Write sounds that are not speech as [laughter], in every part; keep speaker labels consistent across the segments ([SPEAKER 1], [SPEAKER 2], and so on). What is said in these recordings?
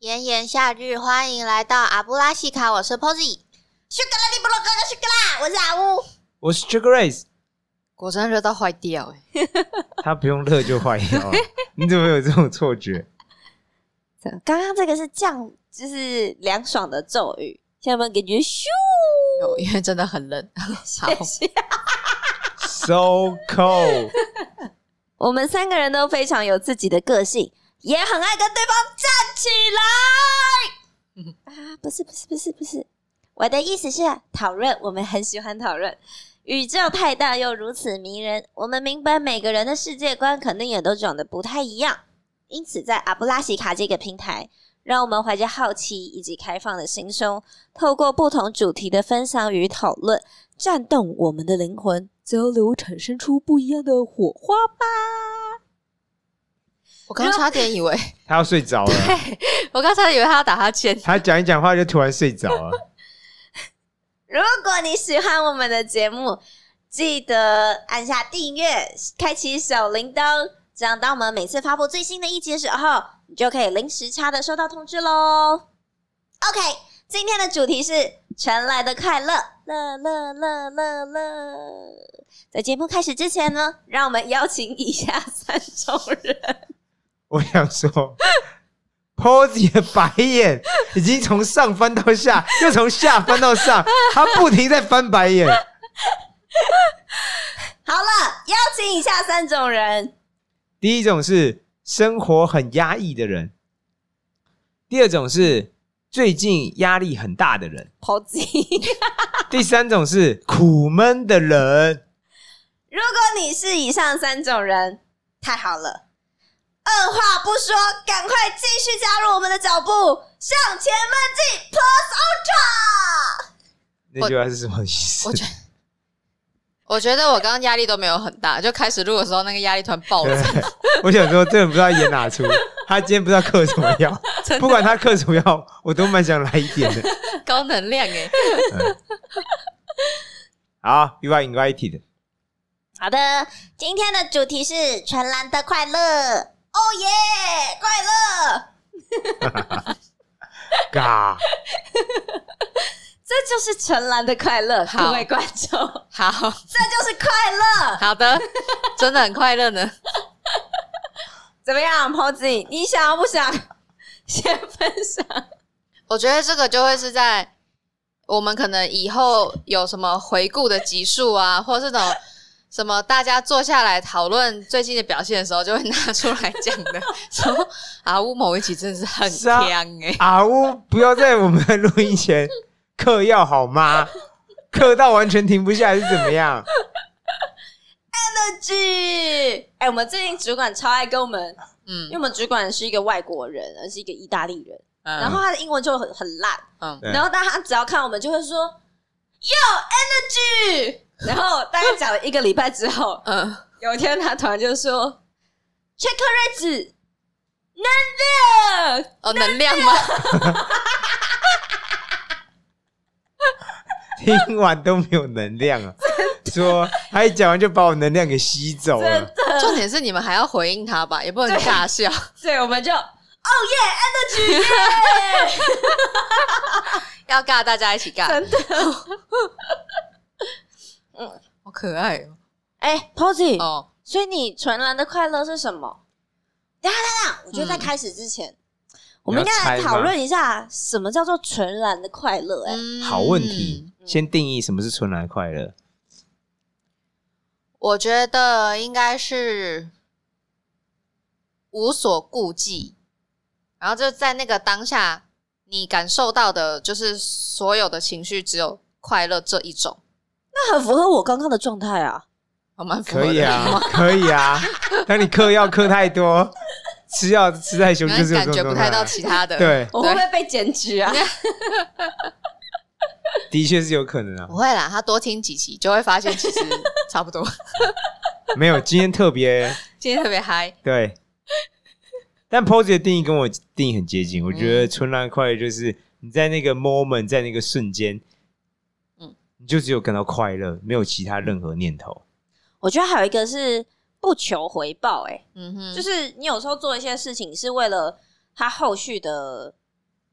[SPEAKER 1] 炎炎夏日，欢迎来到阿布拉西卡，我是 Posy。
[SPEAKER 2] 修格拉利布罗哥哥修格拉，我是阿乌。
[SPEAKER 3] 我是 Sugar Race，
[SPEAKER 4] 果真热到坏掉 [laughs] 哎、
[SPEAKER 3] 他不用乐就坏掉了。你怎么有这种错觉？
[SPEAKER 2] 刚刚这个是降，就是凉爽的咒语，现在有没有感觉咻？
[SPEAKER 4] 有因为真的很 [laughs] 冷。好，
[SPEAKER 3] So cold， [laughs]
[SPEAKER 2] 我们三个人都非常有自己的个性，也很爱跟对方站起来。啊，不是不是不是不是，我的意思是讨论，我们很喜欢讨论。宇宙太大又如此迷人，我们明白每个人的世界观肯定也都长得不太一样，因此在阿布拉西卡这个平台，让我们怀着好奇以及开放的心胸，透过不同主题的分享与讨论，战动我们的灵魂，交流产生出不一样的火花吧。
[SPEAKER 4] 我刚差点以为，
[SPEAKER 3] 他要睡着了。
[SPEAKER 4] [laughs] 我刚差点以为他要打哈欠。
[SPEAKER 3] 他讲一讲话就突然睡着了。
[SPEAKER 2] 如果你喜欢我们的节目，记得按下订阅，开启小铃铛，这样当我们每次发布最新的一集的时候，你就可以零时差的收到通知喽。OK，今天的主题是传来的快乐，乐乐乐乐乐。在节目开始之前呢，让我们邀请以下三种人。
[SPEAKER 3] 我想说，Posy 的白眼已经从上翻到下，又从下翻到上，他不停在翻白眼。
[SPEAKER 2] 好了，邀请以下三种人。
[SPEAKER 3] 第一种是生活很压抑的人，第二种是最近压力很大的人，
[SPEAKER 2] 抛弃。
[SPEAKER 3] 第三种是苦闷的人。
[SPEAKER 2] 如果你是以上三种人，太好了！二话不说，赶快继续加入我们的脚步，向前迈进，Plus Ultra！
[SPEAKER 3] 那句话是什么意思 [laughs]
[SPEAKER 4] 我？觉我觉得我刚刚压力都没有很大，就开始录的时候那个压力突然爆
[SPEAKER 3] 对
[SPEAKER 4] 了，，
[SPEAKER 3] 我想说，这人不知道演哪
[SPEAKER 4] [laughs]
[SPEAKER 3] 出，他今天不知道嗑什么药，不管他嗑什么药，我都蛮想来一点的。
[SPEAKER 4] [laughs] 高能量哎、
[SPEAKER 3] 好，You are invited。
[SPEAKER 2] 好的，今天的主题是纯蓝的快乐，哦耶，快乐！
[SPEAKER 3] 嘎，
[SPEAKER 2] 这就是纯蓝的快乐，
[SPEAKER 4] 好
[SPEAKER 2] 各位观众，
[SPEAKER 4] 好
[SPEAKER 2] [laughs] 这就是快乐。
[SPEAKER 4] 好的，真的很快乐呢。
[SPEAKER 2] 怎么样 p o z y 你想不想 [laughs] 先分享？
[SPEAKER 4] 我觉得这个就会是在我们可能以后有什么回顾的集数啊，或者这种什么大家坐下来讨论最近的表现的时候，就会拿出来讲 [laughs] 的。说啊，乌某一集真的是很
[SPEAKER 3] 是啊
[SPEAKER 4] 香哎、
[SPEAKER 3] 啊呜！不要在我们的录音前嗑药好吗？嗑到完全停不下来是怎么样？
[SPEAKER 2] 那句，哎，我们最近主管超爱跟我们因为
[SPEAKER 4] 嗯
[SPEAKER 2] 我们主管是一个外国人，而是一个意大利人，
[SPEAKER 4] 嗯，
[SPEAKER 2] 然后他的英文就很很烂，
[SPEAKER 4] 嗯，，
[SPEAKER 3] 对
[SPEAKER 2] 然后但他只要看我们就会说 “Yo energy”，然后大概讲了一个礼拜之后
[SPEAKER 4] [laughs] 嗯，
[SPEAKER 2] 有一天他突然就说 “Check r a t e 能量
[SPEAKER 4] 哦，能量 [laughs] 吗？
[SPEAKER 3] 听完都没有能量啊！说他一讲完就把我能量给吸走了。
[SPEAKER 4] 重点是你们还要回应他吧，也不能尬笑。”，
[SPEAKER 2] 所以我们就
[SPEAKER 4] [laughs] 要尬大家一起尬，
[SPEAKER 2] 真的，
[SPEAKER 4] 好可爱哦。
[SPEAKER 2] 哎 Posy，
[SPEAKER 4] 哦，
[SPEAKER 2] 所以你纯然的快乐是什么？等一下等一下，我觉得在开始之前，我们应该来
[SPEAKER 3] 你要猜吗
[SPEAKER 2] 讨论一下什么叫做纯然的快乐、哎、
[SPEAKER 4] 嗯
[SPEAKER 3] 好问题，先定义什么是纯然快乐。
[SPEAKER 4] 我觉得应该是无所顾忌，然后就在那个当下，你感受到的就是所有的情绪只有快乐这一种，
[SPEAKER 2] 那很符合我刚刚的状态啊。
[SPEAKER 4] 我蛮符合
[SPEAKER 3] 可
[SPEAKER 4] 的
[SPEAKER 3] 以
[SPEAKER 4] [laughs]
[SPEAKER 3] 啊， [laughs] 可以啊。当你嗑药嗑太多，吃药吃太凶，
[SPEAKER 4] 可
[SPEAKER 3] 就
[SPEAKER 4] 能
[SPEAKER 3] 是有
[SPEAKER 4] 感
[SPEAKER 3] 这种
[SPEAKER 4] 觉不太
[SPEAKER 3] 状态啊
[SPEAKER 4] 到其他
[SPEAKER 3] [laughs]
[SPEAKER 4] 的。，
[SPEAKER 3] 对，
[SPEAKER 2] 我会不会被检举啊？
[SPEAKER 3] 的确是有可能啊
[SPEAKER 4] 不。会啦，他多听几期就会发现
[SPEAKER 3] [laughs]
[SPEAKER 4] 其实差不多。
[SPEAKER 3] 没有，今天特别
[SPEAKER 4] 今天特别嗨，
[SPEAKER 3] 对。但 pose 的定义跟我定义很接近，我觉
[SPEAKER 4] 嗯
[SPEAKER 3] 得纯然快乐就是你在那个 moment，在那个瞬间，嗯
[SPEAKER 4] 嗯，
[SPEAKER 3] 你就只有感到快乐，没有其他任何念头。
[SPEAKER 2] 我觉得还有一个是不求回报、欸，
[SPEAKER 4] 嗯哼，
[SPEAKER 2] 就是是你有时候做一些事情是为了他后续的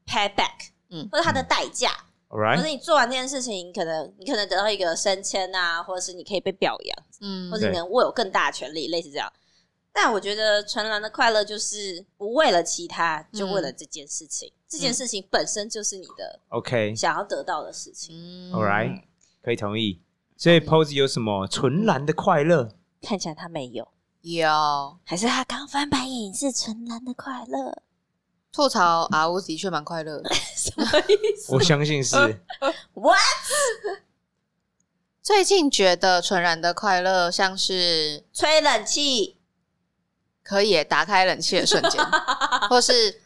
[SPEAKER 2] payback，
[SPEAKER 4] 嗯
[SPEAKER 2] 或者它的代价，
[SPEAKER 3] ，All
[SPEAKER 2] 或者
[SPEAKER 3] right，
[SPEAKER 2] 你做完这件事情，可能你可能得到一个升迁啊，或者是你可以被表扬，
[SPEAKER 4] 嗯
[SPEAKER 2] 或者你能握有更大的权利，类似这样。但我觉得纯然的快乐就是不为了其他，就为了
[SPEAKER 4] 嗯
[SPEAKER 2] 这件事情。这件事情本身就是你的
[SPEAKER 3] o k
[SPEAKER 2] 想要得到的事情。
[SPEAKER 4] 嗯
[SPEAKER 3] a l right，可以同意。所以 Pose 有什么纯然的快乐？
[SPEAKER 2] 看起来他没有，
[SPEAKER 4] 有
[SPEAKER 2] 还是他刚翻白眼是纯然的快乐？ [laughs]
[SPEAKER 4] 吐槽阿乌的确蛮快乐的，
[SPEAKER 2] 什么意思
[SPEAKER 3] 我相信
[SPEAKER 4] [laughs]
[SPEAKER 3] 是
[SPEAKER 2] ？What？
[SPEAKER 4] 最近觉得纯然的快乐像是
[SPEAKER 2] 吹冷气，
[SPEAKER 4] 可以耶打开冷气的瞬间，或是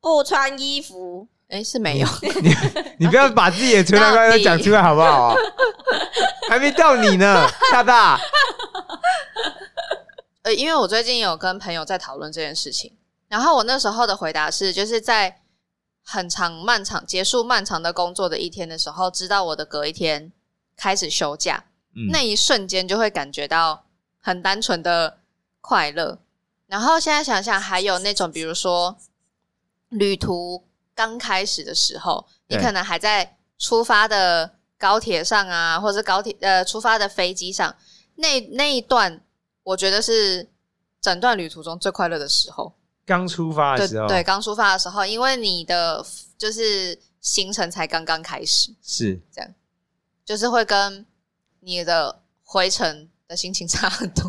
[SPEAKER 2] 不穿衣服，
[SPEAKER 4] 哎是没有，
[SPEAKER 3] 你， [laughs] 你不要把自己的纯然快乐讲出来好不好？ [laughs] 还没到你呢，大大。
[SPEAKER 4] [laughs] 呃，因为我最近有跟朋友在讨论这件事情，然后我那时候的回答是，就是在很长漫长结束漫长的工作的一天的时候，知道我的隔一天开始休假，
[SPEAKER 3] 嗯
[SPEAKER 4] 那一瞬间就会感觉到很单纯的快乐。然后现在想想，还有那种比如说旅途刚开始的时候，你
[SPEAKER 3] 对
[SPEAKER 4] 可能还在出发的高铁上啊，或者是高铁呃出发的飞机上，那那一段我觉得是整段旅途中最快乐的时候。
[SPEAKER 3] 刚出发的
[SPEAKER 4] 对
[SPEAKER 3] 时候，
[SPEAKER 4] 对，刚出发的时候，因为你的就是行程才刚刚开始，
[SPEAKER 3] 是
[SPEAKER 4] 就是会跟你的回程的心情差很
[SPEAKER 3] [laughs]
[SPEAKER 4] 多。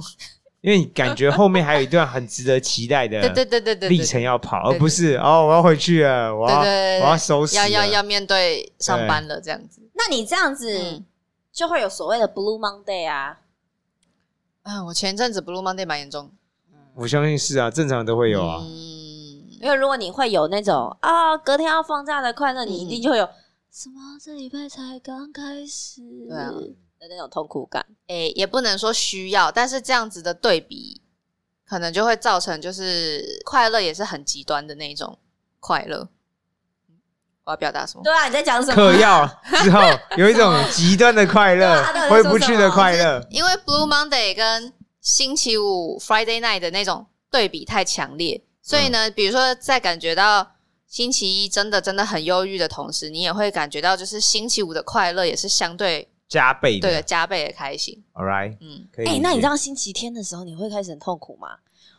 [SPEAKER 3] 因为你感觉后面还有一段很值得期待的
[SPEAKER 4] 对对对对对，对
[SPEAKER 3] 历程要跑，
[SPEAKER 4] 对对
[SPEAKER 3] 而不是哦，我要回去了，我
[SPEAKER 4] 对
[SPEAKER 3] 要
[SPEAKER 4] 对对，
[SPEAKER 3] 我要收拾了，啊
[SPEAKER 4] 要要要面对上班了这样子。
[SPEAKER 2] 那你这样子
[SPEAKER 4] 嗯
[SPEAKER 2] 就会有所谓的 Blue Monday 啊。
[SPEAKER 4] 嗯，我前阵子 Blue Monday 蛮严重，
[SPEAKER 3] 我相信是啊，正常都会有啊。
[SPEAKER 4] 嗯，
[SPEAKER 2] 因为如果你会有那种啊、隔天要放假的快乐，你一
[SPEAKER 4] 嗯
[SPEAKER 2] 定就会有、什么这礼拜才刚开始
[SPEAKER 4] 对啊
[SPEAKER 2] 嗯的那种痛苦感。
[SPEAKER 4] 诶、也不能说需要，但是这样子的对比，可能就会造成就是快乐也是很极端的那种快乐。我要表达什么？
[SPEAKER 2] 对啊，你在讲什么？
[SPEAKER 3] 嗑药之后有一种极端的快乐
[SPEAKER 2] 对啊到底，在
[SPEAKER 3] 回
[SPEAKER 2] 说
[SPEAKER 3] 不去的快乐。
[SPEAKER 4] 因为 Blue Monday 跟星期五 Friday night 的那种对比太强烈，所以呢，比如说在感觉到星期一真的真的很忧郁的同时，你也会感觉到就是星期五的快乐也是相对
[SPEAKER 3] 加倍
[SPEAKER 4] 对的
[SPEAKER 3] 的
[SPEAKER 4] 加倍的开心。
[SPEAKER 3] ，All right，
[SPEAKER 4] 嗯，
[SPEAKER 3] 可以理
[SPEAKER 2] 哎、
[SPEAKER 3] 解。
[SPEAKER 2] 那你知道星期天的时候你会开始很痛苦吗？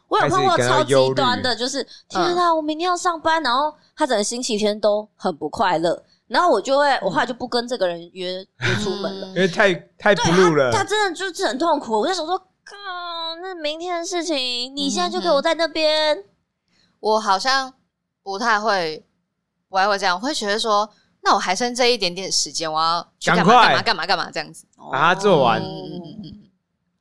[SPEAKER 2] 我有碰过
[SPEAKER 3] 开始感
[SPEAKER 2] 超
[SPEAKER 3] 到忧
[SPEAKER 2] 极
[SPEAKER 3] 虑
[SPEAKER 2] 端的，
[SPEAKER 4] 嗯
[SPEAKER 2] 就是天啊，我明天要上班，然后他整个星期天都很不快乐，然后我就会，我后来就不跟这个人约约
[SPEAKER 4] 嗯
[SPEAKER 2] 出
[SPEAKER 4] [laughs]
[SPEAKER 2] 门了。
[SPEAKER 3] 因为太太
[SPEAKER 2] 对
[SPEAKER 3] blue 了
[SPEAKER 2] 他，，他真的就是很痛苦。我就想说，靠，那明天的事情，你现在就给我在那边。
[SPEAKER 4] 我好像不太会，我还会这样，我会觉得说，那我还剩这一点点时间，我要去干嘛
[SPEAKER 3] 赶快
[SPEAKER 4] 干嘛干嘛干嘛这样子。
[SPEAKER 3] 把它啊做完
[SPEAKER 4] 嗯嗯嗯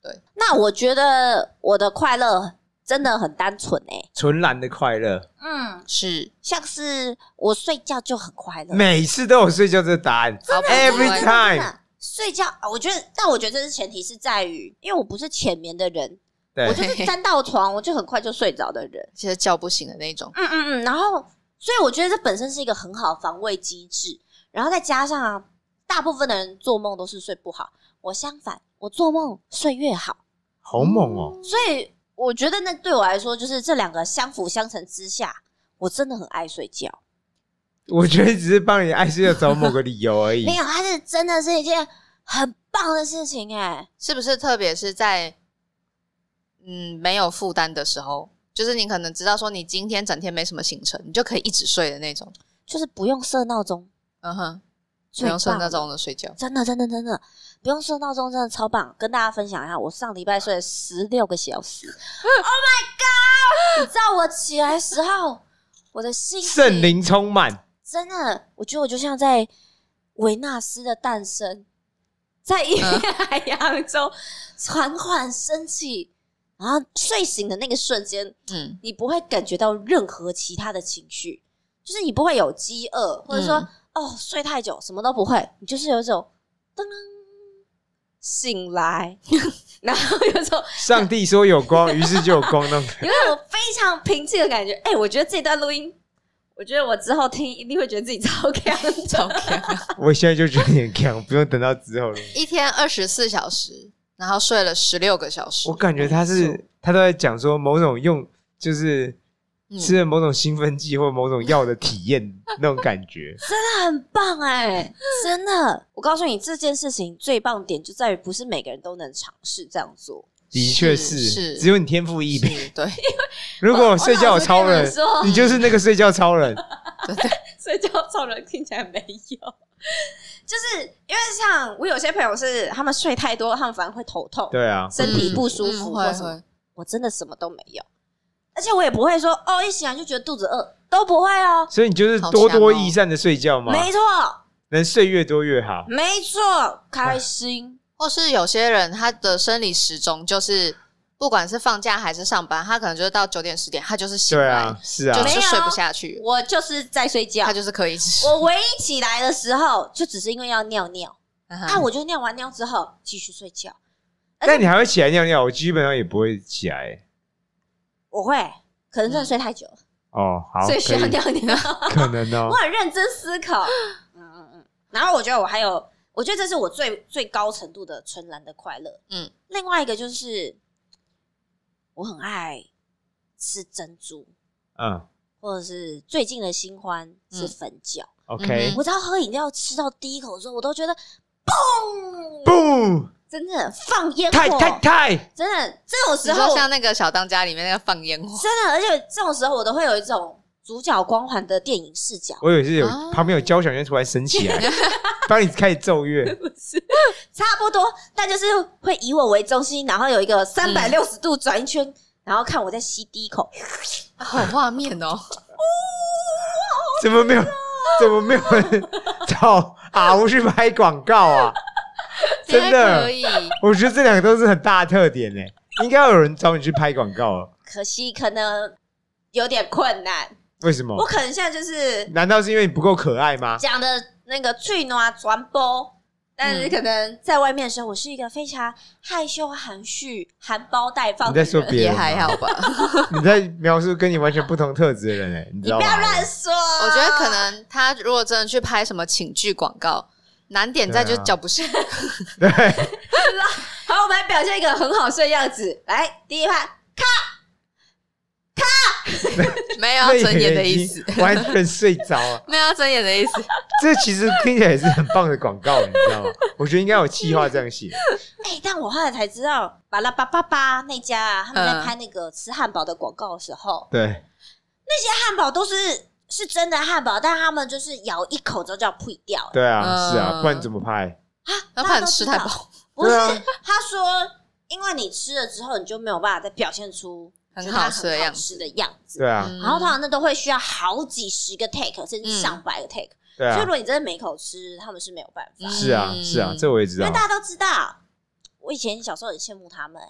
[SPEAKER 4] 嗯，
[SPEAKER 2] 那我觉得我的快乐真的很单纯哎、
[SPEAKER 3] 纯然的快乐，
[SPEAKER 2] 嗯，
[SPEAKER 4] 是
[SPEAKER 2] 像是我睡觉就很快乐
[SPEAKER 3] 每次都有睡觉这个答案
[SPEAKER 4] 好
[SPEAKER 3] ，every
[SPEAKER 4] 真的
[SPEAKER 3] time，
[SPEAKER 2] 睡觉，啊我觉得，但我觉得这是前提是在于，因为我不是浅眠的人，
[SPEAKER 3] 对
[SPEAKER 2] 我 [laughs] 就是沾到床我就很快就睡着的人。
[SPEAKER 4] 其实叫不醒的那种。
[SPEAKER 2] 嗯嗯嗯，然后所以我觉得这本身是一个很好的防卫机制，然后再加上啊，大部分的人做梦都是睡不好，我相反，我做梦睡越好，
[SPEAKER 3] 好猛哦，
[SPEAKER 2] 所以我觉得那对我来说就是这两个相辅相成之下，我真的很爱睡觉。
[SPEAKER 3] 我觉得只是帮你爱睡觉找某个理由
[SPEAKER 4] 嗯
[SPEAKER 3] 而已
[SPEAKER 2] 没。有，它是真的是一件很棒的事情哎。
[SPEAKER 4] 是不是？特别是在嗯没有负担的时候，就是你可能知道说你今天整天没什么行程，你就可以一直睡的那种。
[SPEAKER 2] 就是不用设闹钟，
[SPEAKER 4] 嗯哼，不
[SPEAKER 2] 最
[SPEAKER 4] 用睡
[SPEAKER 2] 棒
[SPEAKER 4] 那
[SPEAKER 2] 了
[SPEAKER 4] 种的睡觉。
[SPEAKER 2] 真的真的真的不用设闹钟，真的超棒！跟大家分享一下，我上礼拜睡了十六个小
[SPEAKER 3] [laughs]
[SPEAKER 2] 时，Oh my god！你知道我起来的时候，我的心情
[SPEAKER 3] 圣灵充满，
[SPEAKER 2] 真的，我觉得我就像在维纳斯的诞生，在一片海
[SPEAKER 3] 嗯
[SPEAKER 2] [laughs] 洋中缓缓升起，然后睡醒的那个瞬间， [laughs]
[SPEAKER 4] 嗯，
[SPEAKER 2] 你不会感觉到任何其他的情绪，就是你不会有饥饿，或者说、
[SPEAKER 4] 嗯
[SPEAKER 2] 哦睡太久什么都不会，你就是有一种噔噔醒来， [laughs] 然后有一种
[SPEAKER 3] 上帝说有光，于是就有光那种感觉。
[SPEAKER 2] 有一种非常平静的感觉。哎、我觉得这段录音，我觉得我之后听一定会觉得自己超强
[SPEAKER 4] 超
[SPEAKER 2] 的。
[SPEAKER 4] 强
[SPEAKER 3] 我现在就觉得很强，不用等到之后了。
[SPEAKER 4] 一天二十四小时，然后睡了十六个小时
[SPEAKER 3] 我。感觉他是他都在讲说某种用，就是
[SPEAKER 4] 嗯
[SPEAKER 3] 吃了某种兴奋剂或某种药的体
[SPEAKER 2] [laughs]
[SPEAKER 3] 验那种感觉。
[SPEAKER 2] 真的很棒哎、真的！我告诉你，这件事情最棒点就在于不是每个人都能尝试这样做。
[SPEAKER 3] 的确
[SPEAKER 4] 是
[SPEAKER 3] 是，
[SPEAKER 4] 是
[SPEAKER 3] 只有你天赋异
[SPEAKER 4] 是
[SPEAKER 3] 禀。
[SPEAKER 2] [laughs]
[SPEAKER 4] 对，
[SPEAKER 3] 如果睡觉有
[SPEAKER 2] 我
[SPEAKER 3] 超
[SPEAKER 2] 老
[SPEAKER 3] 人
[SPEAKER 2] 实跟你们说，
[SPEAKER 3] 你就是那个睡觉超人。
[SPEAKER 2] 睡觉超人听起来没有，就是因为像我有些朋友是他们睡太多，他们反而会头痛、
[SPEAKER 3] 对啊，
[SPEAKER 2] 身体不舒
[SPEAKER 4] 嗯
[SPEAKER 2] 服
[SPEAKER 4] 会
[SPEAKER 2] 或什么。
[SPEAKER 4] 会，
[SPEAKER 2] 我真的什么都没有，而且我也不会说哦，一醒来就觉得肚子饿，都不会哦。
[SPEAKER 3] 所以你就是
[SPEAKER 4] 好
[SPEAKER 3] 多
[SPEAKER 4] 强
[SPEAKER 3] 多
[SPEAKER 4] 哦
[SPEAKER 3] 益善的睡觉嘛，
[SPEAKER 2] 没错，
[SPEAKER 3] 能睡越多越好。
[SPEAKER 2] 没错，开心。
[SPEAKER 4] 或是有些人他的生理时钟就是，不管是放假还是上班，他可能就是到九点十点，他就是醒
[SPEAKER 3] 对
[SPEAKER 4] 来，
[SPEAKER 3] 啊，是啊
[SPEAKER 4] 就，
[SPEAKER 2] 没
[SPEAKER 4] 是
[SPEAKER 2] 有
[SPEAKER 4] 睡不下
[SPEAKER 3] 哎
[SPEAKER 4] 去，
[SPEAKER 2] 我就是在睡觉
[SPEAKER 4] 他，就是可以吃。
[SPEAKER 2] 我唯一起来的时候就只是因为要尿尿，
[SPEAKER 4] 嗯
[SPEAKER 2] 那
[SPEAKER 4] 哼
[SPEAKER 2] 我就尿完尿之后继续睡觉。
[SPEAKER 3] 但你还会起来尿尿，我基本上也不会起来。
[SPEAKER 2] 我会，可能真的睡太久了，
[SPEAKER 3] 哦，好，
[SPEAKER 2] 所以需要
[SPEAKER 3] 可以
[SPEAKER 2] 尿尿。
[SPEAKER 3] 可能
[SPEAKER 2] [laughs]
[SPEAKER 3] 哦
[SPEAKER 2] 我。很认真思考，嗯嗯嗯。然后我觉得我还有，我觉得这是我最最高程度的纯然的快乐。
[SPEAKER 4] 嗯，
[SPEAKER 2] 另外一个就是我很爱吃珍珠，
[SPEAKER 3] 嗯
[SPEAKER 2] 或者是最近的新欢是粉饺。
[SPEAKER 3] ，OK，
[SPEAKER 4] 嗯
[SPEAKER 2] 我只要喝饮料吃到第一口的时候，我都觉得嘣，
[SPEAKER 3] 不，
[SPEAKER 2] 真的放烟
[SPEAKER 3] 太太
[SPEAKER 2] 火，
[SPEAKER 3] 太，
[SPEAKER 2] 真的这种
[SPEAKER 4] 你
[SPEAKER 2] 时
[SPEAKER 4] 说
[SPEAKER 2] 候，
[SPEAKER 4] 像那个小当家里面那个放烟火，
[SPEAKER 2] 真的，而且这种时候我都会有一种主角光环的电影视角。
[SPEAKER 3] 我以为是有
[SPEAKER 4] 啊
[SPEAKER 3] 旁边有交响乐突然升起
[SPEAKER 2] [laughs]
[SPEAKER 3] 来，帮你开始奏乐。
[SPEAKER 2] 差不多，但就是会以我为中心，然后有一
[SPEAKER 3] 嗯
[SPEAKER 2] 个三百六十度转一圈，然后看我在吸第一口，
[SPEAKER 4] 好有画面 [laughs] 哦，
[SPEAKER 3] 怎么
[SPEAKER 2] [laughs]
[SPEAKER 3] 没有？怎么没有人找阿吴去拍广告啊？ [laughs] 真
[SPEAKER 4] 还可
[SPEAKER 3] 的，
[SPEAKER 4] 以，
[SPEAKER 3] 我觉得这两个都是很大的特点呢、应该有人找你去拍广告哦。
[SPEAKER 2] 可惜可能有点困难。
[SPEAKER 3] 为什
[SPEAKER 2] 我
[SPEAKER 3] 么？
[SPEAKER 2] 可能现在就是
[SPEAKER 3] 难道是因为你不够可爱吗？
[SPEAKER 2] 讲的那个最暖传播，但是可能在外面的时候，我是一个非常害羞、含蓄、含苞待放
[SPEAKER 3] 你
[SPEAKER 2] 的
[SPEAKER 3] 在说
[SPEAKER 2] 人。
[SPEAKER 3] 别
[SPEAKER 4] 也
[SPEAKER 3] 人吗？
[SPEAKER 4] 还好 [laughs] 吧。
[SPEAKER 3] 你在描述跟你完全不同特质的人哎、你知
[SPEAKER 2] 你
[SPEAKER 3] 道
[SPEAKER 2] 不
[SPEAKER 3] 吗？
[SPEAKER 2] 要乱说，
[SPEAKER 4] 我
[SPEAKER 2] 我
[SPEAKER 4] 觉得可能他如果真的去拍什么情剧广告，难点在
[SPEAKER 3] 啊
[SPEAKER 4] 就是脚不是， [laughs]
[SPEAKER 3] 对，
[SPEAKER 2] 好，我们来表现一个很好睡的样子。来，第一拍，
[SPEAKER 4] 没有要睁眼的意
[SPEAKER 3] [laughs]
[SPEAKER 4] 思，， [laughs]
[SPEAKER 3] 完全睡着啊了。
[SPEAKER 4] 没有要睁眼的意思。
[SPEAKER 3] 这其实听起来也是很棒的广告，你知道吗？我觉得应该有企划这样写，
[SPEAKER 2] 哎、但我后来才知道，巴拉巴巴巴那家啊，他们在
[SPEAKER 4] 嗯
[SPEAKER 2] 拍那个吃汉堡的广告的时候，
[SPEAKER 3] 对，
[SPEAKER 2] 汉堡都是是真的汉堡，但他们就是咬一口之后就要呸掉了啊
[SPEAKER 3] 对啊，
[SPEAKER 4] 嗯
[SPEAKER 3] 是啊，不然怎么拍？
[SPEAKER 4] 要
[SPEAKER 2] 大
[SPEAKER 4] 不
[SPEAKER 2] 家
[SPEAKER 4] 然
[SPEAKER 2] 都
[SPEAKER 4] 吃
[SPEAKER 2] 知
[SPEAKER 4] 太
[SPEAKER 2] 道
[SPEAKER 4] 饱，
[SPEAKER 2] 不是、
[SPEAKER 3] 对啊
[SPEAKER 2] 他说，因为你吃了之后，你就没有办法再表现出
[SPEAKER 4] 很
[SPEAKER 2] 就是它
[SPEAKER 4] 好吃的
[SPEAKER 2] 很
[SPEAKER 4] 样
[SPEAKER 2] 好
[SPEAKER 4] 子
[SPEAKER 2] 吃的样子。
[SPEAKER 3] 对啊，
[SPEAKER 2] 然后通常那都会需要好几十个 take，甚至
[SPEAKER 4] 嗯
[SPEAKER 2] 上百个 take、所
[SPEAKER 3] 对
[SPEAKER 2] 以
[SPEAKER 3] 啊
[SPEAKER 2] 如，果你真的每口吃，他们是没有办法，
[SPEAKER 3] 是啊，
[SPEAKER 4] 嗯
[SPEAKER 3] 是啊，这我也知
[SPEAKER 2] 因为
[SPEAKER 3] 道。
[SPEAKER 2] 大家都知道。我以前小时候很羡慕他们、欸，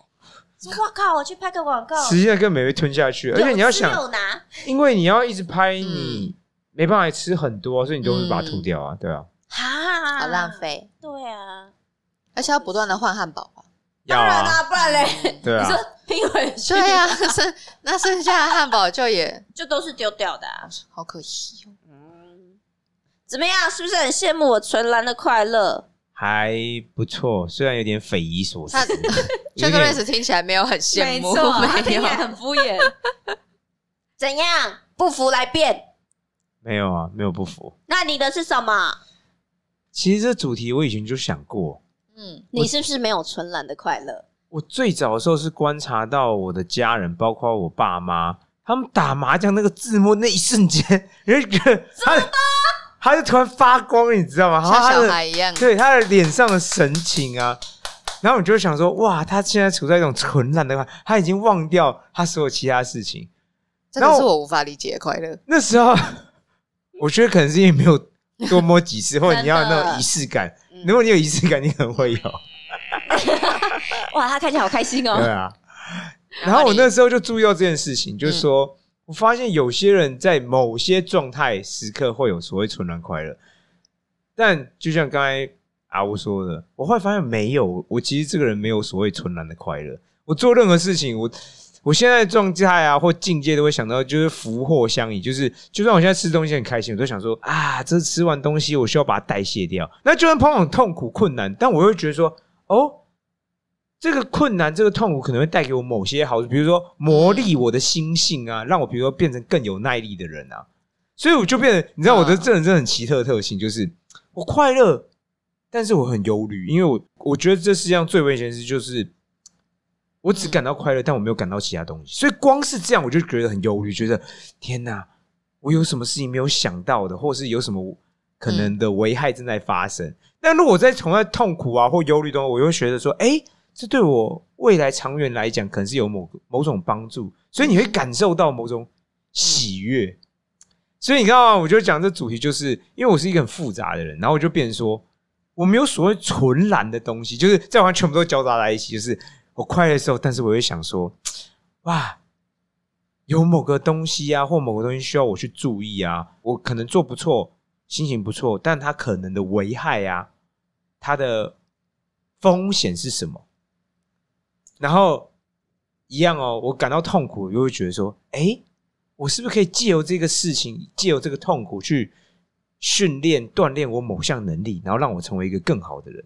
[SPEAKER 2] 说哇靠，我去拍个广告，
[SPEAKER 3] 实际上根本没吞下去，而且你要
[SPEAKER 2] 有吃
[SPEAKER 3] 想，
[SPEAKER 2] 有拿，
[SPEAKER 3] 因为你要一直拍，你没办法吃很多，所以你都会把它吐掉啊，对啊，
[SPEAKER 2] 啊，
[SPEAKER 4] 好浪。费，
[SPEAKER 2] 对啊，
[SPEAKER 4] 而且要不断的换汉堡吧。嗯
[SPEAKER 3] 要啊，，
[SPEAKER 2] 不然嘞，
[SPEAKER 3] 对啊，
[SPEAKER 2] 拼回去
[SPEAKER 4] 对呀、 [laughs] 剩那剩下的汉堡就也
[SPEAKER 2] 就都是丢掉的、啊。
[SPEAKER 4] 好可惜哦。
[SPEAKER 2] 嗯，怎么样？是不是很羡慕我纯蓝的快乐？
[SPEAKER 3] 还不错，虽然有点匪夷所思 [laughs]
[SPEAKER 4] 他。
[SPEAKER 3] 有
[SPEAKER 4] Jack
[SPEAKER 3] 点
[SPEAKER 4] Race 听起来没有很羡慕，
[SPEAKER 2] 他
[SPEAKER 4] [laughs] 没
[SPEAKER 2] 听
[SPEAKER 4] 有
[SPEAKER 2] 起来很敷衍。 [laughs] 怎样？不服来辩。
[SPEAKER 3] 没有啊，没有不服。
[SPEAKER 2] 那你的是什么？
[SPEAKER 3] 其实这主题我以前就想过，
[SPEAKER 4] 嗯
[SPEAKER 2] 你是不是没有纯蓝的快乐？
[SPEAKER 3] 我最早的时候是观察到我的家人，包括我爸妈，他们打麻将那个字幕那一瞬间，人就觉得他他就突然发光，你知道吗？然后
[SPEAKER 4] 像
[SPEAKER 3] 他
[SPEAKER 4] 小
[SPEAKER 3] 的
[SPEAKER 4] 孩一样，
[SPEAKER 3] 对他的脸上的神情啊，然后你就会想说，哇，他现在处在一种纯然的快，他已经忘掉他所有其他事情。
[SPEAKER 4] 这
[SPEAKER 3] 然
[SPEAKER 4] 个
[SPEAKER 3] 后
[SPEAKER 4] 是我无法理解的快乐。
[SPEAKER 3] 那时候我觉得可能是因为没有多摸几次，或者你要有那
[SPEAKER 2] 真
[SPEAKER 3] 种
[SPEAKER 2] 的
[SPEAKER 3] 仪式感。
[SPEAKER 2] 嗯
[SPEAKER 3] 如果你有仪式感，你可能会有。
[SPEAKER 2] 哇，他看起来好开心哦。
[SPEAKER 3] 对啊。然后我那时候就注意到这件事情，就是说，我发现有些人在某些状态时刻会有所谓纯然快乐，但就像刚才阿吴说的，我后来发现没有，我其实这个人没有所谓纯然的快乐。我做任何事情，我我现在的状态啊或境界都会想到就是福祸相依，就是就算我现在吃东西很开心，我都想说啊，这吃完东西我需要把它代谢掉。那就算碰到很痛苦困难，但我会觉得说，哦，这个困难、这个痛苦可能会带给我某些好处，比如说磨砺我的心性啊，让我比如说变成更有耐力的人啊。所以我就变得，你知道我的
[SPEAKER 4] 嗯
[SPEAKER 3] 这人真的很奇特的特性，就是我快乐，但是我很忧虑，因为我我觉得这世界上最危险的事就是我只感到快乐，但我没有感到其他东西，所以光是这样我就觉得很忧虑，觉得天哪，我有什么事情没有想到的，或是有什么可能的危害正在发生。但如果我在从在痛苦啊或忧虑中，我又觉得说，哎、这对我未来长远来讲，可能是有某个某种帮助，所以你会感受到某种喜悦。所以你看啊，我就讲这主题，就是因为我是一个很复杂的人，然后我就变成说，我没有所谓纯然的东西，就是在玩全部都交杂在一起，就是我快乐的时候，但是我会想说，哇，有某个东西啊，或某个东西需要我去注意啊，我可能做不错，心情不错，但它可能的危害啊，它的风险是什么？然后一样哦，我感到痛苦，我就会觉得说，诶，我是不是可以借由这个事情，借由这个痛苦去训练、锻炼我某项能力，然后让我成为一个更好的人？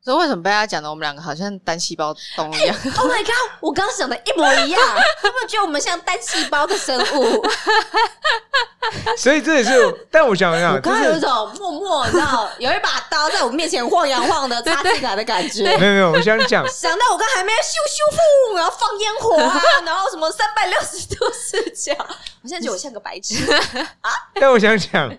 [SPEAKER 4] 所以为什么被他讲的我们两个好像单细胞动物一样？
[SPEAKER 2] Oh my god！我刚刚想的一模 [laughs] 一样，有没有觉得我们像单细胞的生
[SPEAKER 4] [laughs]
[SPEAKER 2] 物？
[SPEAKER 3] 所以这也是，但我想想，
[SPEAKER 2] 我刚刚有
[SPEAKER 3] 这
[SPEAKER 2] 一
[SPEAKER 3] 是
[SPEAKER 2] 种默默，你知道，有一把刀在我面前晃呀晃的插进来的感觉。
[SPEAKER 3] 没有没有，我想讲，
[SPEAKER 2] 想到我刚才没咻咻呼，然后放烟火啊，然后什么三百六十度视角，我现在觉得我像个白痴。
[SPEAKER 3] [laughs] 但我想想，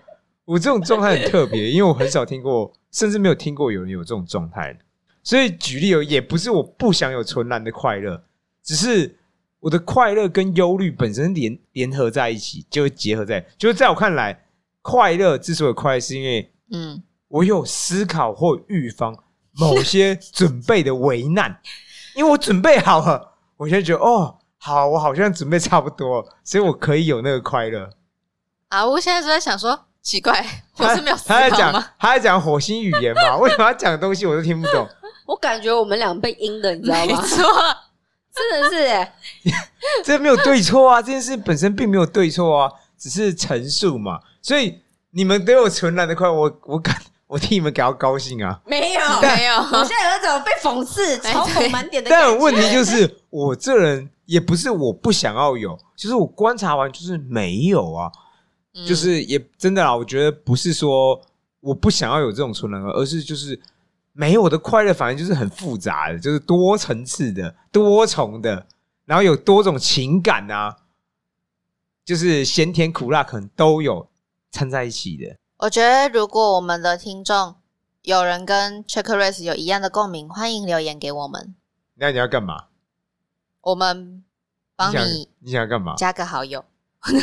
[SPEAKER 3] 我这种状态很特别，因为我很少听过，甚至没有听过有人有这种状态。所以举例哦，也不是我不想有纯然的快乐，只是我的快乐跟忧虑本身联联合在一起，就会结合在，就是在我看来，快乐之所以快乐，是因为
[SPEAKER 4] [laughs] 嗯，
[SPEAKER 3] 我有思考或预防某些准备的危难，因为我准备好了，我现在觉得哦，好，我好像准备差不多了，所以我可以有那个快乐。
[SPEAKER 4] 阿乌啊现在是在想说，奇怪，我
[SPEAKER 3] 他
[SPEAKER 4] 是没有思
[SPEAKER 3] 他在
[SPEAKER 4] 考
[SPEAKER 3] 讲
[SPEAKER 4] 吗？
[SPEAKER 3] 他在讲火星语言嘛？
[SPEAKER 4] [laughs]
[SPEAKER 3] 为什么他讲的东西我都听不懂？
[SPEAKER 2] [laughs] 我感觉我们俩被阴的，你知道
[SPEAKER 4] 没
[SPEAKER 2] 吗？
[SPEAKER 4] 错，
[SPEAKER 2] [laughs]
[SPEAKER 3] [laughs]
[SPEAKER 2] 真的是、欸，
[SPEAKER 3] 这没有对错啊，这件事本身并没有对错啊，只是陈述嘛。所以你们都有纯然的快乐，我我感我替你们感到高兴啊。
[SPEAKER 2] 没有。
[SPEAKER 3] [laughs]
[SPEAKER 4] 没有，
[SPEAKER 2] 我现在有一种被讽刺、
[SPEAKER 4] 哎
[SPEAKER 2] 嘲讽满点的感觉。
[SPEAKER 3] 但问题就是，我这人也不是我不想要有，就是我观察完就是没有啊，
[SPEAKER 4] 嗯
[SPEAKER 3] 就是也真的啦，我觉得不是说我不想要有这种纯然快乐，而是就是没有我的快乐，反正就是很复杂的，就是多层次的、多重的，然后有多种情感啊，就是咸甜苦辣可能都有掺在一起的。
[SPEAKER 4] 我觉得如果我们的听众有人跟 Check Race 有一样的共鸣，欢迎留言给我们，
[SPEAKER 3] 那你要干嘛？
[SPEAKER 4] 我们帮
[SPEAKER 3] 你想
[SPEAKER 4] 你
[SPEAKER 3] 你想要
[SPEAKER 4] [laughs]
[SPEAKER 3] 干嘛？
[SPEAKER 4] 加个好友，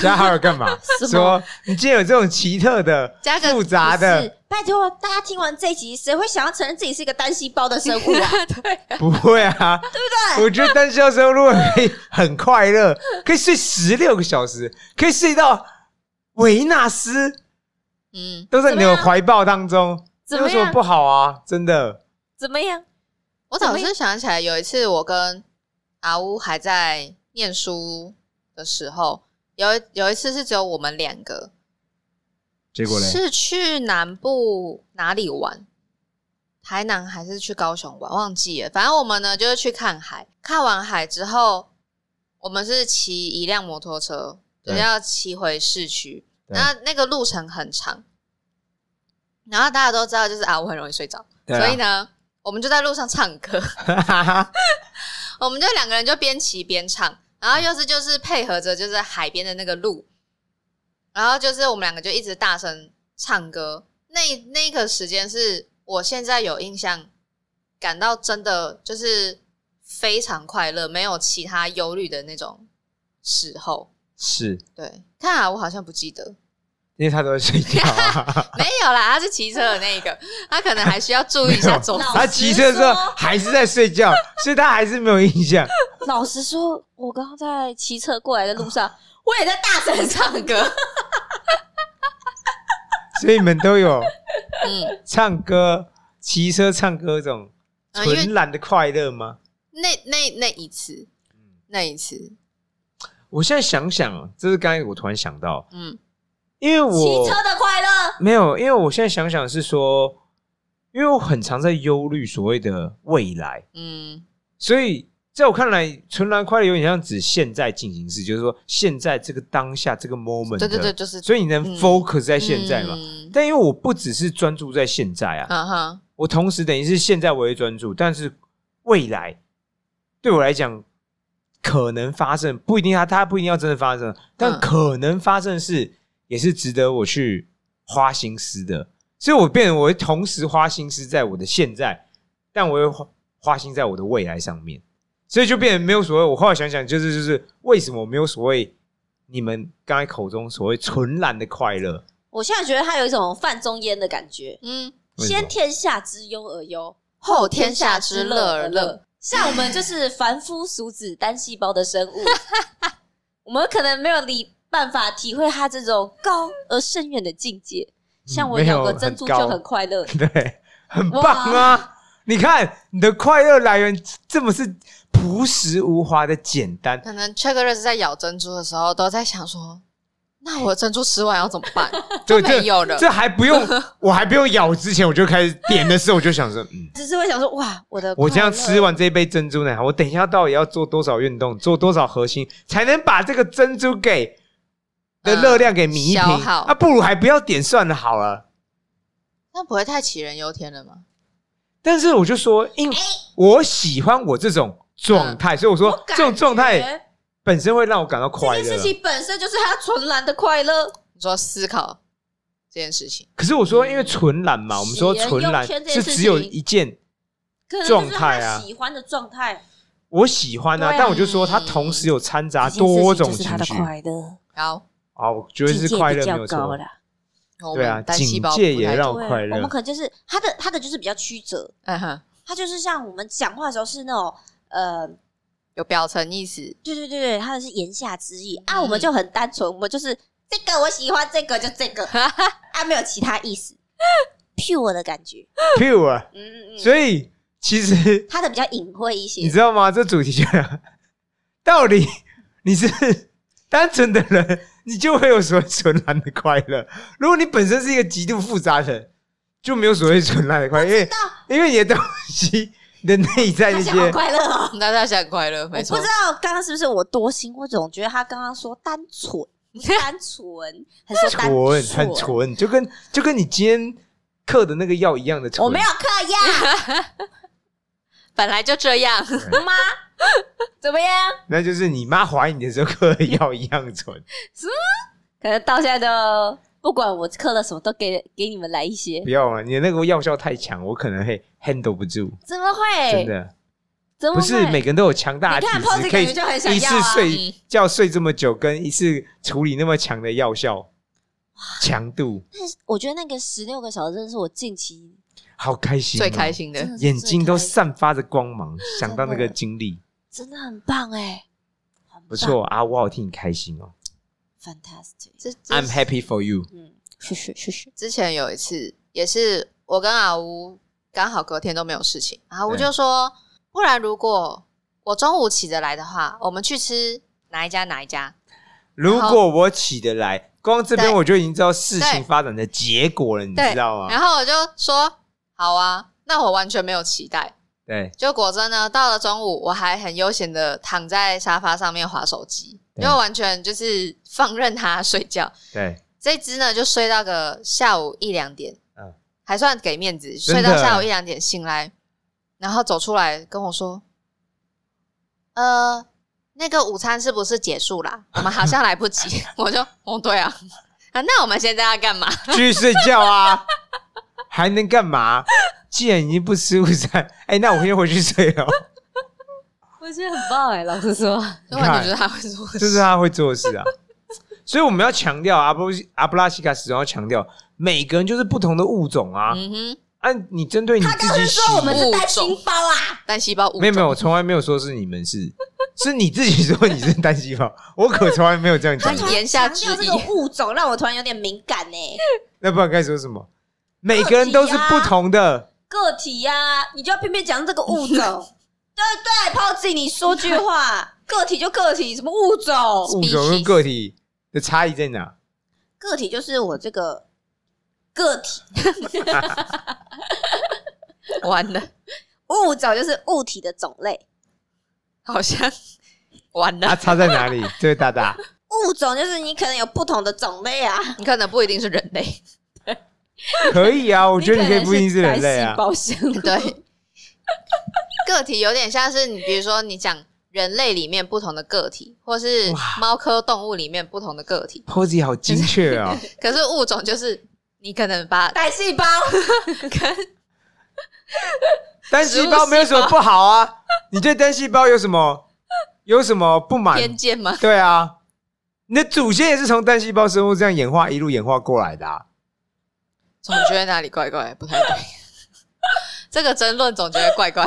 [SPEAKER 3] 加好友干
[SPEAKER 4] [laughs]
[SPEAKER 3] 嘛？
[SPEAKER 2] 什么
[SPEAKER 3] 啊说你竟然有这种奇特的、
[SPEAKER 4] 加个
[SPEAKER 3] 复杂的，
[SPEAKER 2] 是，拜托大家听完这一集，谁会想要承认自己是一个单细胞的生物 [laughs] 啊？
[SPEAKER 3] [laughs] 不会啊，对不对？我觉得单休的时候如果可以很快乐，可以睡十六个小时，可以睡到维纳斯
[SPEAKER 4] 嗯，
[SPEAKER 3] 都在你
[SPEAKER 2] 怎么
[SPEAKER 3] 的
[SPEAKER 2] 样
[SPEAKER 3] 怀抱当中，
[SPEAKER 2] 怎
[SPEAKER 3] 这
[SPEAKER 2] 么
[SPEAKER 3] 有
[SPEAKER 2] 样
[SPEAKER 3] 什么不好啊？真的，
[SPEAKER 2] 怎么样？
[SPEAKER 4] 我总是想起来有一次我跟阿乌还在念书的时候，有一有一次是只有我们两个，
[SPEAKER 3] 结果嘞，
[SPEAKER 4] 是去南部哪里玩？台南还是去高雄玩？忘记了。反正我们呢就是去看海，看完海之后，我们是骑一辆摩托车，就
[SPEAKER 3] 对
[SPEAKER 4] 是要骑回市区。
[SPEAKER 3] 对
[SPEAKER 4] 那那个路程很长，然后大家都知道，就是啊，我很容易睡着，
[SPEAKER 3] 对啊
[SPEAKER 4] 所以呢，我们就在路上唱歌。我们就两个人就边骑边唱，然后又是就是配合着就是海边的那个路，然后就是我们两个就一直大声唱歌。那那一个时间是我现在有印象，感到真的就是非常快乐，没有其他忧虑的那种时候。
[SPEAKER 3] [laughs] 是
[SPEAKER 4] 对，看啊，我好像不记得，
[SPEAKER 3] 因为他都在睡觉啊，
[SPEAKER 4] 没有啦，他是骑车的那一个， [laughs] 他可能还需要注意一下走
[SPEAKER 2] 没有
[SPEAKER 4] 势。
[SPEAKER 3] 他骑车的时候还是在睡觉，所以他还是没有印象。
[SPEAKER 2] 老实说，我刚刚在骑车过来的路上，我也在大声唱歌。
[SPEAKER 3] 所以你们都有
[SPEAKER 4] 嗯，
[SPEAKER 3] 唱歌、骑车、唱歌这种
[SPEAKER 4] 啊因为
[SPEAKER 3] 纯然的快乐吗？
[SPEAKER 4] 那那那一次，那一次，
[SPEAKER 3] 我现在想想，哦这是刚才我突然想到，
[SPEAKER 4] 嗯
[SPEAKER 3] 因为我
[SPEAKER 2] 骑车的快乐，
[SPEAKER 3] 没有，因为我现在想想是说，因为我很常在忧虑所谓的未来，
[SPEAKER 4] 嗯
[SPEAKER 3] 所以在我看来，纯然快乐有点像指现在进行式，就是说现在这个当下这个 moment。
[SPEAKER 4] 嗯对对对，。就是
[SPEAKER 3] 所以你能
[SPEAKER 4] 嗯
[SPEAKER 3] focus 在现在嘛？
[SPEAKER 4] 嗯
[SPEAKER 3] 但因为我不只是专注在现在啊，
[SPEAKER 4] 嗯哼，
[SPEAKER 3] 我同时等于是现在我会专注，但是未来对我来讲可能发生，不一定它它不一定要真的发生，但
[SPEAKER 4] 嗯
[SPEAKER 3] 可能发生的事也是值得我去花心思的。所以我变得我会同时花心思在我的现在，但我又花花心在我的未来上面，所以就变得没有所谓。我后来想想，就是就是为什么没有所谓你们刚才口中所谓纯然的快乐？
[SPEAKER 2] 我现在觉得他有一种范仲淹的感觉，
[SPEAKER 4] 嗯，
[SPEAKER 3] 为什么
[SPEAKER 2] 先天下之忧而忧，
[SPEAKER 4] 后天下之乐而乐。
[SPEAKER 2] 像我们就是凡夫俗子、单细胞的生
[SPEAKER 4] [laughs]
[SPEAKER 2] 物，我们可能没有理办法体会他这种高而深远的境界。像我
[SPEAKER 3] 嗯没有
[SPEAKER 2] 咬个珍珠
[SPEAKER 3] 很高
[SPEAKER 2] 就很快乐，
[SPEAKER 3] [laughs] 对，很棒啊！你看你的快乐来源这么是朴实无华的简
[SPEAKER 2] [laughs]
[SPEAKER 3] 单，
[SPEAKER 4] 可能 c h e c k r 在咬珍珠的时候都在想说，那我的珍珠吃完要怎么办？
[SPEAKER 3] 对，[laughs]
[SPEAKER 4] 没
[SPEAKER 3] 这
[SPEAKER 4] 有了，
[SPEAKER 3] 这还不用， [laughs] 我还不用咬之前我就开始点的时候，我就想说，嗯，
[SPEAKER 2] 只是会想说哇，我的
[SPEAKER 3] 我这
[SPEAKER 2] [laughs]
[SPEAKER 3] 样
[SPEAKER 2] 快乐
[SPEAKER 3] 吃完这一杯珍珠奶茶，我等一下到底要做多少运动，做多少核心，才能把这个珍珠给的热量给弥平？
[SPEAKER 4] 消耗
[SPEAKER 3] 啊，不如还不要点算了，好了。
[SPEAKER 4] 那不会太杞人忧天了吗？
[SPEAKER 3] 但是我就说，因为我喜欢我这种状态，所以我
[SPEAKER 2] 哎嗯我
[SPEAKER 3] 说
[SPEAKER 2] 感
[SPEAKER 3] 这种状态
[SPEAKER 2] 觉
[SPEAKER 3] 本身会让我感到
[SPEAKER 2] 这
[SPEAKER 3] 快乐。
[SPEAKER 2] 件事情本身就是他纯然的快乐。
[SPEAKER 4] 你说思考这件事情，
[SPEAKER 3] 可是我说，因为纯蓝嘛，我们说纯蓝
[SPEAKER 2] 喜人用圈这件
[SPEAKER 3] 是
[SPEAKER 2] 事情
[SPEAKER 3] 只有一件
[SPEAKER 2] 可能
[SPEAKER 3] 状
[SPEAKER 2] 就是
[SPEAKER 3] 态
[SPEAKER 2] 他
[SPEAKER 3] 啊
[SPEAKER 2] 喜欢的状态，
[SPEAKER 3] 我喜欢啊，
[SPEAKER 2] 对啊
[SPEAKER 3] 但我就说它同时有掺杂多种情绪
[SPEAKER 2] 乐
[SPEAKER 4] 好，
[SPEAKER 3] 啊，我觉得是快乐没有错。
[SPEAKER 2] 啦。
[SPEAKER 4] 我
[SPEAKER 3] 对啊
[SPEAKER 4] 们单细胞
[SPEAKER 3] 警戒
[SPEAKER 4] 不
[SPEAKER 3] 也
[SPEAKER 4] 太
[SPEAKER 3] 让
[SPEAKER 4] 懂
[SPEAKER 3] 我快乐
[SPEAKER 2] 我们可能就是他的他的就是比较曲折，
[SPEAKER 4] [laughs] 嗯哼，
[SPEAKER 2] 他就是像我们讲话的时候是那种呃，
[SPEAKER 4] 有表层意思，
[SPEAKER 2] 对对对对，他的是言下之意啊，
[SPEAKER 4] 嗯
[SPEAKER 2] 我们就很单纯，我们就是这个我喜欢这个就这
[SPEAKER 3] [laughs]
[SPEAKER 2] 个啊，没有其他意思，pure 的感觉，
[SPEAKER 3] pure，
[SPEAKER 2] [laughs] 嗯嗯嗯，
[SPEAKER 3] 所以其实
[SPEAKER 2] 他的比较隐晦一些
[SPEAKER 3] 你，知道吗？这主题就到底你是单纯的人，你就会有所谓纯蓝的快乐；如果你本身是一个极度复杂的人，就没有所谓纯蓝的快乐，因为因为你的东西、你的内在
[SPEAKER 2] 他
[SPEAKER 3] 那
[SPEAKER 2] 现在好
[SPEAKER 3] 些。
[SPEAKER 2] 快乐哦。
[SPEAKER 4] 嗯大家想快乐，
[SPEAKER 2] 我
[SPEAKER 4] 没
[SPEAKER 2] 不
[SPEAKER 4] 错
[SPEAKER 2] 知，道刚刚是不是我多心，我总觉得他刚刚说单纯，单纯， [laughs] 还说单
[SPEAKER 3] 纯，
[SPEAKER 2] 纯，
[SPEAKER 3] 很纯，就跟就跟你今天嗑的那个药一样的纯。
[SPEAKER 2] 我没有啊嗑
[SPEAKER 3] [laughs]
[SPEAKER 2] 药，
[SPEAKER 4] 本来就这样，
[SPEAKER 2] 妈，怎么样？
[SPEAKER 3] 那就是你妈怀你的时候嗑的药一样
[SPEAKER 2] [laughs]
[SPEAKER 3] 纯。
[SPEAKER 2] 可能到现在都不管我嗑了什么，都给给你们来一些
[SPEAKER 3] 不，要啊，你的那个药效太强，我可能会 handle 不住，
[SPEAKER 2] 怎么会？
[SPEAKER 3] 真的。
[SPEAKER 2] 怎么
[SPEAKER 3] 不
[SPEAKER 2] 哎会
[SPEAKER 3] 是每个人都有强大的
[SPEAKER 2] 你
[SPEAKER 3] 体
[SPEAKER 2] 看 Posy
[SPEAKER 3] 质，可以
[SPEAKER 2] 感觉就很想
[SPEAKER 3] 一次
[SPEAKER 2] 要啊
[SPEAKER 3] 睡觉睡这么久，跟一次处理那么强的药效强度，
[SPEAKER 2] 但是我觉得那个十六个小时真的是我近期
[SPEAKER 3] 好开心，哦
[SPEAKER 4] 最开，心
[SPEAKER 2] 真
[SPEAKER 4] 的
[SPEAKER 2] 的是最
[SPEAKER 3] 眼睛都
[SPEAKER 2] 开心
[SPEAKER 3] 散发着光芒，想到那个经历，
[SPEAKER 2] 真的很棒哎，很棒
[SPEAKER 3] 不，错啊，我好替你开心哦
[SPEAKER 2] ，fantastic，
[SPEAKER 4] 这这
[SPEAKER 3] ，I'm happy for you。
[SPEAKER 2] 嗯，谢谢谢谢，
[SPEAKER 4] 之前有一次，也是我跟阿乌刚好隔天都没有事情，阿乌
[SPEAKER 3] 对
[SPEAKER 4] 就说，不然如果我中午起得来的话，我们去吃哪一家哪一家？
[SPEAKER 3] 如果我起得来，光这边
[SPEAKER 4] 对
[SPEAKER 3] 我就已经知道事情
[SPEAKER 4] 对
[SPEAKER 3] 发展的结果了，你
[SPEAKER 4] 对
[SPEAKER 3] 知道吗？
[SPEAKER 4] 然后我就说，好啊，那我完全没有期待。
[SPEAKER 3] 对，
[SPEAKER 4] 就果真呢，到了中午，我还很悠闲的躺在沙发上面划手机，
[SPEAKER 3] 对
[SPEAKER 4] 因为完全就是放任它睡觉。
[SPEAKER 3] 对，
[SPEAKER 4] 这只呢就睡到个下午一两点，
[SPEAKER 3] 嗯
[SPEAKER 4] 还算给面子，
[SPEAKER 3] 真的啊
[SPEAKER 4] 睡到下午一两点醒来，然后走出来跟我说，呃，那个午餐是不是结束啦？我们好像来不及。我就哦对啊，啊那我们现在要干嘛？
[SPEAKER 3] 继续睡觉啊， [laughs] 还能干嘛？既然已经不吃午餐，哎、那我先回去睡哦了。
[SPEAKER 4] [laughs]
[SPEAKER 2] 我觉得很棒哎，老实说，
[SPEAKER 3] 你
[SPEAKER 4] 就
[SPEAKER 3] 看
[SPEAKER 4] 完全觉得他会说
[SPEAKER 3] 这是他会做的事啊。所以我们要强调，阿布阿布拉西卡始终要强调，每个人就是不同的物种啊。
[SPEAKER 4] 嗯哼，
[SPEAKER 3] 按、你针对你自己喜，
[SPEAKER 2] 我们是单心包啊，
[SPEAKER 4] 单细胞五
[SPEAKER 3] 没有没有，我从来没有说是你们是，是你自己说你是单细胞，我可从来没有这样讲
[SPEAKER 4] 那
[SPEAKER 3] 过。
[SPEAKER 4] 你言下之意
[SPEAKER 2] 强调这个物种让我突然有点敏感哎。
[SPEAKER 3] 那不然该说什么？每个人都是不同的，
[SPEAKER 2] 个体呀、你就要偏偏讲这个物种，
[SPEAKER 4] [laughs]
[SPEAKER 2] 对不对？抛自己你说句话，个体就个体，什么物种？
[SPEAKER 3] 物种跟个体的差异在哪？
[SPEAKER 2] 个体就是我这个个体，
[SPEAKER 4] 完了，
[SPEAKER 2] 物种就是物体的种类。
[SPEAKER 4] 好像完了。
[SPEAKER 3] 啊，差在哪里？
[SPEAKER 2] [laughs]
[SPEAKER 3] 这位大大，
[SPEAKER 2] 物种就是你可能有不同的种类啊。 [laughs]
[SPEAKER 4] 你可能不一定是人类，
[SPEAKER 3] 可以啊，我觉得你可以
[SPEAKER 2] 能
[SPEAKER 3] 不一定是人类
[SPEAKER 2] 白细
[SPEAKER 3] 啊。
[SPEAKER 2] 胞生
[SPEAKER 4] [laughs]
[SPEAKER 2] 物
[SPEAKER 4] 对。个体有点像是你，比如说你讲人类里面不同的个体，或是
[SPEAKER 3] 哇
[SPEAKER 4] 猫科动物里面不同的个体，
[SPEAKER 3] Posy 好精确
[SPEAKER 2] [laughs]
[SPEAKER 3] 哦，
[SPEAKER 4] 可是物种就是你可能把
[SPEAKER 2] 白细 [laughs] 胞，
[SPEAKER 4] 跟
[SPEAKER 3] 单细胞没有什么不好啊。你对单细胞有什么有什么不满？
[SPEAKER 4] 偏见吗？
[SPEAKER 3] 对啊，你的祖先也是从单细胞生物这样演化一路演化过来的、啊。
[SPEAKER 4] [laughs] 总觉得哪里怪怪，不太对。 [laughs] 这个争论总觉得怪怪，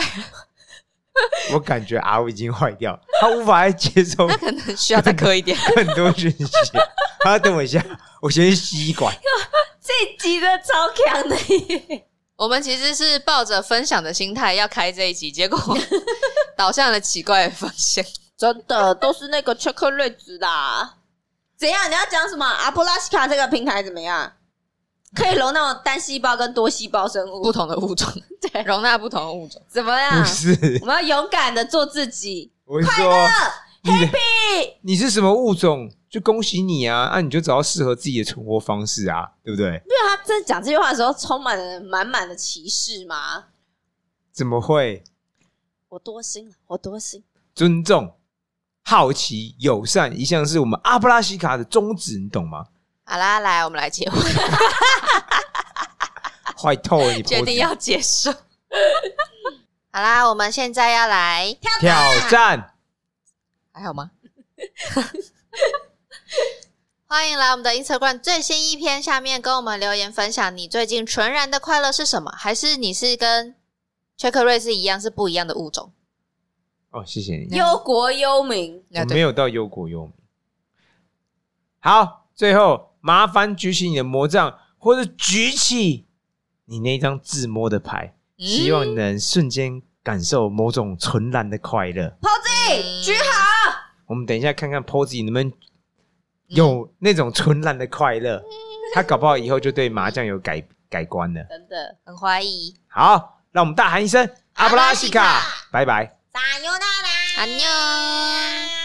[SPEAKER 3] 我感觉 R 已经坏掉了，他无法再接受
[SPEAKER 4] 可能需要再磕一点。 [laughs]
[SPEAKER 3] 更多讯
[SPEAKER 2] [laughs]
[SPEAKER 3] 息。啊，等我一下，我先去吸管。
[SPEAKER 2] 这一集的超强的耶！
[SPEAKER 4] 我们其实是抱着分享的心态要开这一集， [laughs] 结果导向了奇怪的方向。
[SPEAKER 2] 真的都是那个 chocolate 啦。怎样？你要讲什么？阿布拉西卡这个平台怎么样？可以容纳单细胞跟多细胞生
[SPEAKER 4] 不
[SPEAKER 2] 物，
[SPEAKER 4] 同的物种， [laughs] 对，容纳不同的物种。
[SPEAKER 2] 怎么样
[SPEAKER 3] 不？是，
[SPEAKER 2] 我们要勇敢的做自己。
[SPEAKER 3] 我是说
[SPEAKER 2] 哦
[SPEAKER 3] 你的 [laughs] 你是什么物种，就恭喜你啊！啊，你就找到适合自己的存活方式啊，对不对？
[SPEAKER 2] 因为他在讲这句话的时候，充满了满满的歧视嘛。
[SPEAKER 3] 怎么会？
[SPEAKER 2] 我多心了，我多心。
[SPEAKER 3] 尊重、好奇、友善，一向是我们阿布拉西卡的宗旨，你懂吗？
[SPEAKER 4] 好啦，来，我们来结婚，
[SPEAKER 3] 坏透了，你
[SPEAKER 4] 决定要结束。 [laughs] 好啦，我们现在要来，
[SPEAKER 3] 挑
[SPEAKER 4] 啊
[SPEAKER 3] 战。
[SPEAKER 4] 还好吗？ [laughs] 欢迎来我们的 Instagram 最新一篇下面跟我们留言分享你最近纯然的快乐是什么？还是你是跟 c h 克瑞是一样是不一样的物种？
[SPEAKER 3] 哦，谢谢你，
[SPEAKER 2] 忧国忧民，
[SPEAKER 3] 我
[SPEAKER 4] 嗯
[SPEAKER 3] 没有到忧国忧民。好，最后麻烦举起你的魔杖，或者举起你那张自摸的牌，希望你能瞬间感受某种纯然的快乐。
[SPEAKER 2] 嘿，举好，
[SPEAKER 3] 我们等一下看看 Posy 能不能有那种纯然的快乐，他搞不好以后就对麻将有改改观了。
[SPEAKER 2] 真的，
[SPEAKER 4] 很怀疑。
[SPEAKER 3] 好，让我们大喊一声阿布拉西卡，拜拜。
[SPEAKER 2] 撒尤那拉。
[SPEAKER 4] 安妞。